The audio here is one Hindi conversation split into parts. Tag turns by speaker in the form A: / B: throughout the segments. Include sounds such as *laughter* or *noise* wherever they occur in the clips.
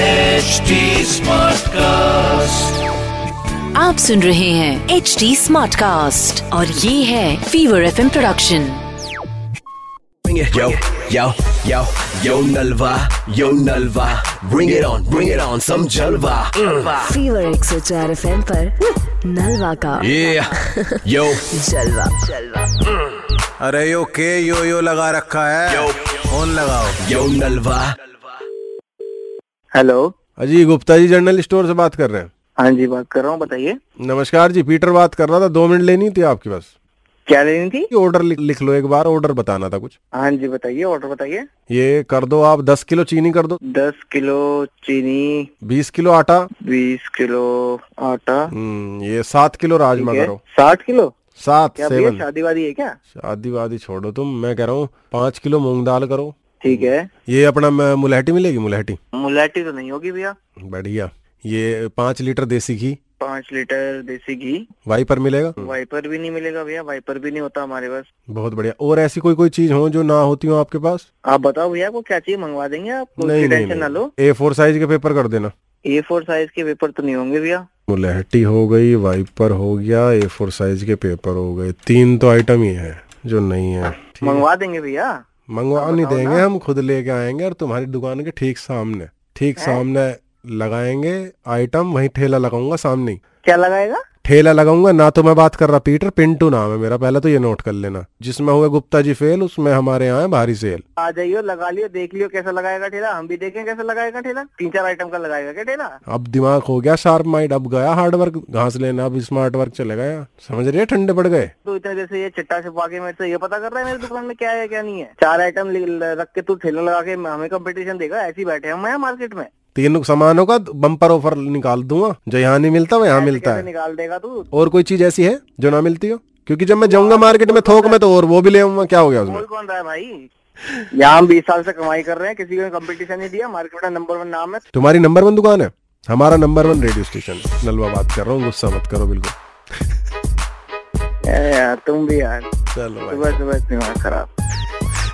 A: HD Smartcast.
B: आप सुन रहे हैं एच डी स्मार्ट कास्ट और ये है fever F production
C: Bring it. Yo, yo, yo, yo Nalva, yo Nalva. Bring it on, bring it on, some Jalva. Mm.
B: Fever एक सौ चार एफ एम नलवा का
C: Yeah, yo,
B: जलवा
D: अरे यो के यो यो लगा रखा है
C: Yo.
D: फोन लगाओ
C: yo Nalva.
E: हेलो
D: अजी गुप्ता जी जनरल स्टोर से बात कर रहे हैं
E: हाँ जी बात कर रहा हूँ बताइए
D: नमस्कार जी पीटर बात कर रहा था दो मिनट लेनी थी आपके पास
E: क्या लेनी थी
D: ये ऑर्डर लिख, लिख लो एक बार ऑर्डर बताना था कुछ
E: हाँ जी बताइए ऑर्डर बताइए
D: ये कर दो आप दस किलो चीनी कर दो
E: दस किलो चीनी
D: बीस किलो आटा
E: बीस किलो आटा
D: हम्म, ये सात किलो राजमा
E: ठीक है।
D: करो
E: साठ किलो क्या
D: सात
E: भैया
D: सेवन
E: शादी वादी है क्या
D: शादी वादी छोड़ो तुम मैं कह रहा हूँ पाँच किलो मूंग दाल करो
E: ठीक है
D: ये अपना म- मुलहटी मिलेगी मुलहटी
E: मुलाटी तो नहीं होगी भैया
D: बढ़िया ये पाँच लीटर देसी घी
E: पाँच लीटर देसी घी
D: वाइपर मिलेगा
E: वाइपर भी नहीं मिलेगा भैया वाइपर भी नहीं होता हमारे पास
D: बहुत बढ़िया और ऐसी कोई कोई चीज हो जो ना होती हो आपके पास
E: आप बताओ भैया को क्या चाहिए मंगवा देंगे आप कोई टेंशन ना लो
D: ए फोर साइज के पेपर कर देना
E: ए फोर साइज के पेपर तो नहीं होंगे भैया
D: हम्म। मुलहटी हो गई वाइपर हो गया ए फोर साइज के पेपर हो गए तीन तो आइटम ही है जो नहीं है
E: मंगवा देंगे भैया
D: मंगवा नहीं देंगे हम खुद लेके आएंगे और तुम्हारी दुकान के ठीक सामने ठीक सामने लगाएंगे आइटम वहीं ठेला लगाऊंगा सामने ही।
E: क्या लगाएगा
D: ठेला लगाऊंगा ना तो मैं बात कर रहा पीटर पिंटू नाम है मेरा पहले तो ये नोट कर लेना जिसमें हुआ गुप्ता जी फेल उसमें हमारे यहाँ है भारी सेल
E: आ जाइयो लगा लियो देख लियो कैसा लगाएगा ठेला हम भी देखें कैसा लगाएगा ठेला तीन चार आइटम का लगाएगा क्या ठेला
D: अब दिमाग हो गया शार्प माइंड अब गया हार्ड वर्क घास लेना अब स्मार्ट वर्क चले गया समझ रहे हैं? ठंडे पड़ गए
E: तो इतने देर से ये चिट्टा छिपा के मेरे से ये पता कर रहा है मेरी दुकान में क्या है क्या नहीं है चार आइटम रख के तू ठेला लगा के हमें कंपटीशन देगा ऐसे ही बैठे हम हैं मार्केट में
D: तीन सामानों का बम्पर ऑफर निकाल दूंगा जो यहाँ नहीं मिलता वो यहाँ मिलता
E: कैसे
D: है
E: निकाल देगा तू
D: और कोई चीज ऐसी है जो ना मिलती हो क्योंकि जब मैं जाऊंगा मार्केट में थोक में तो और वो भी ले आऊंगा क्या हो गया उसमें
E: बोल कौन रहा है भाई यहाँ हम बीस साल से कमाई कर रहे हैं किसी को कंपटीशन नहीं दिया मार्केट में नंबर वन नाम है
D: तुम्हारी नंबर वन दुकान है हमारा नंबर वन रेडियो स्टेशन है। नलवा बात कर रहा हूँ गुस्सा मत करो बिल्कुल
E: ए यार तुम भी यार
D: चलो भाई
E: सुबह सुबह इतनी दिमाग खराब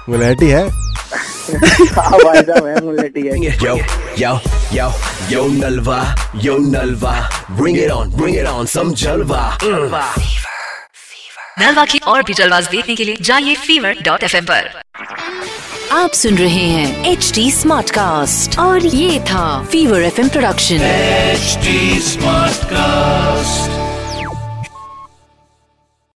E: *laughs*
D: मुलहटी है
E: हाँ भाई साहब है मुलेटी है
C: Yo, yo, yo, yo Nalva, yo Nalva. Bring it on, bring it on, some Jalva. Mm.
F: Nalva की और भी जल्दबाज देखने के लिए जाइए फीवर डॉट एफ पर
B: आप सुन रहे हैं एच डी स्मार्ट कास्ट और ये था fever F production
A: HD Smartcast.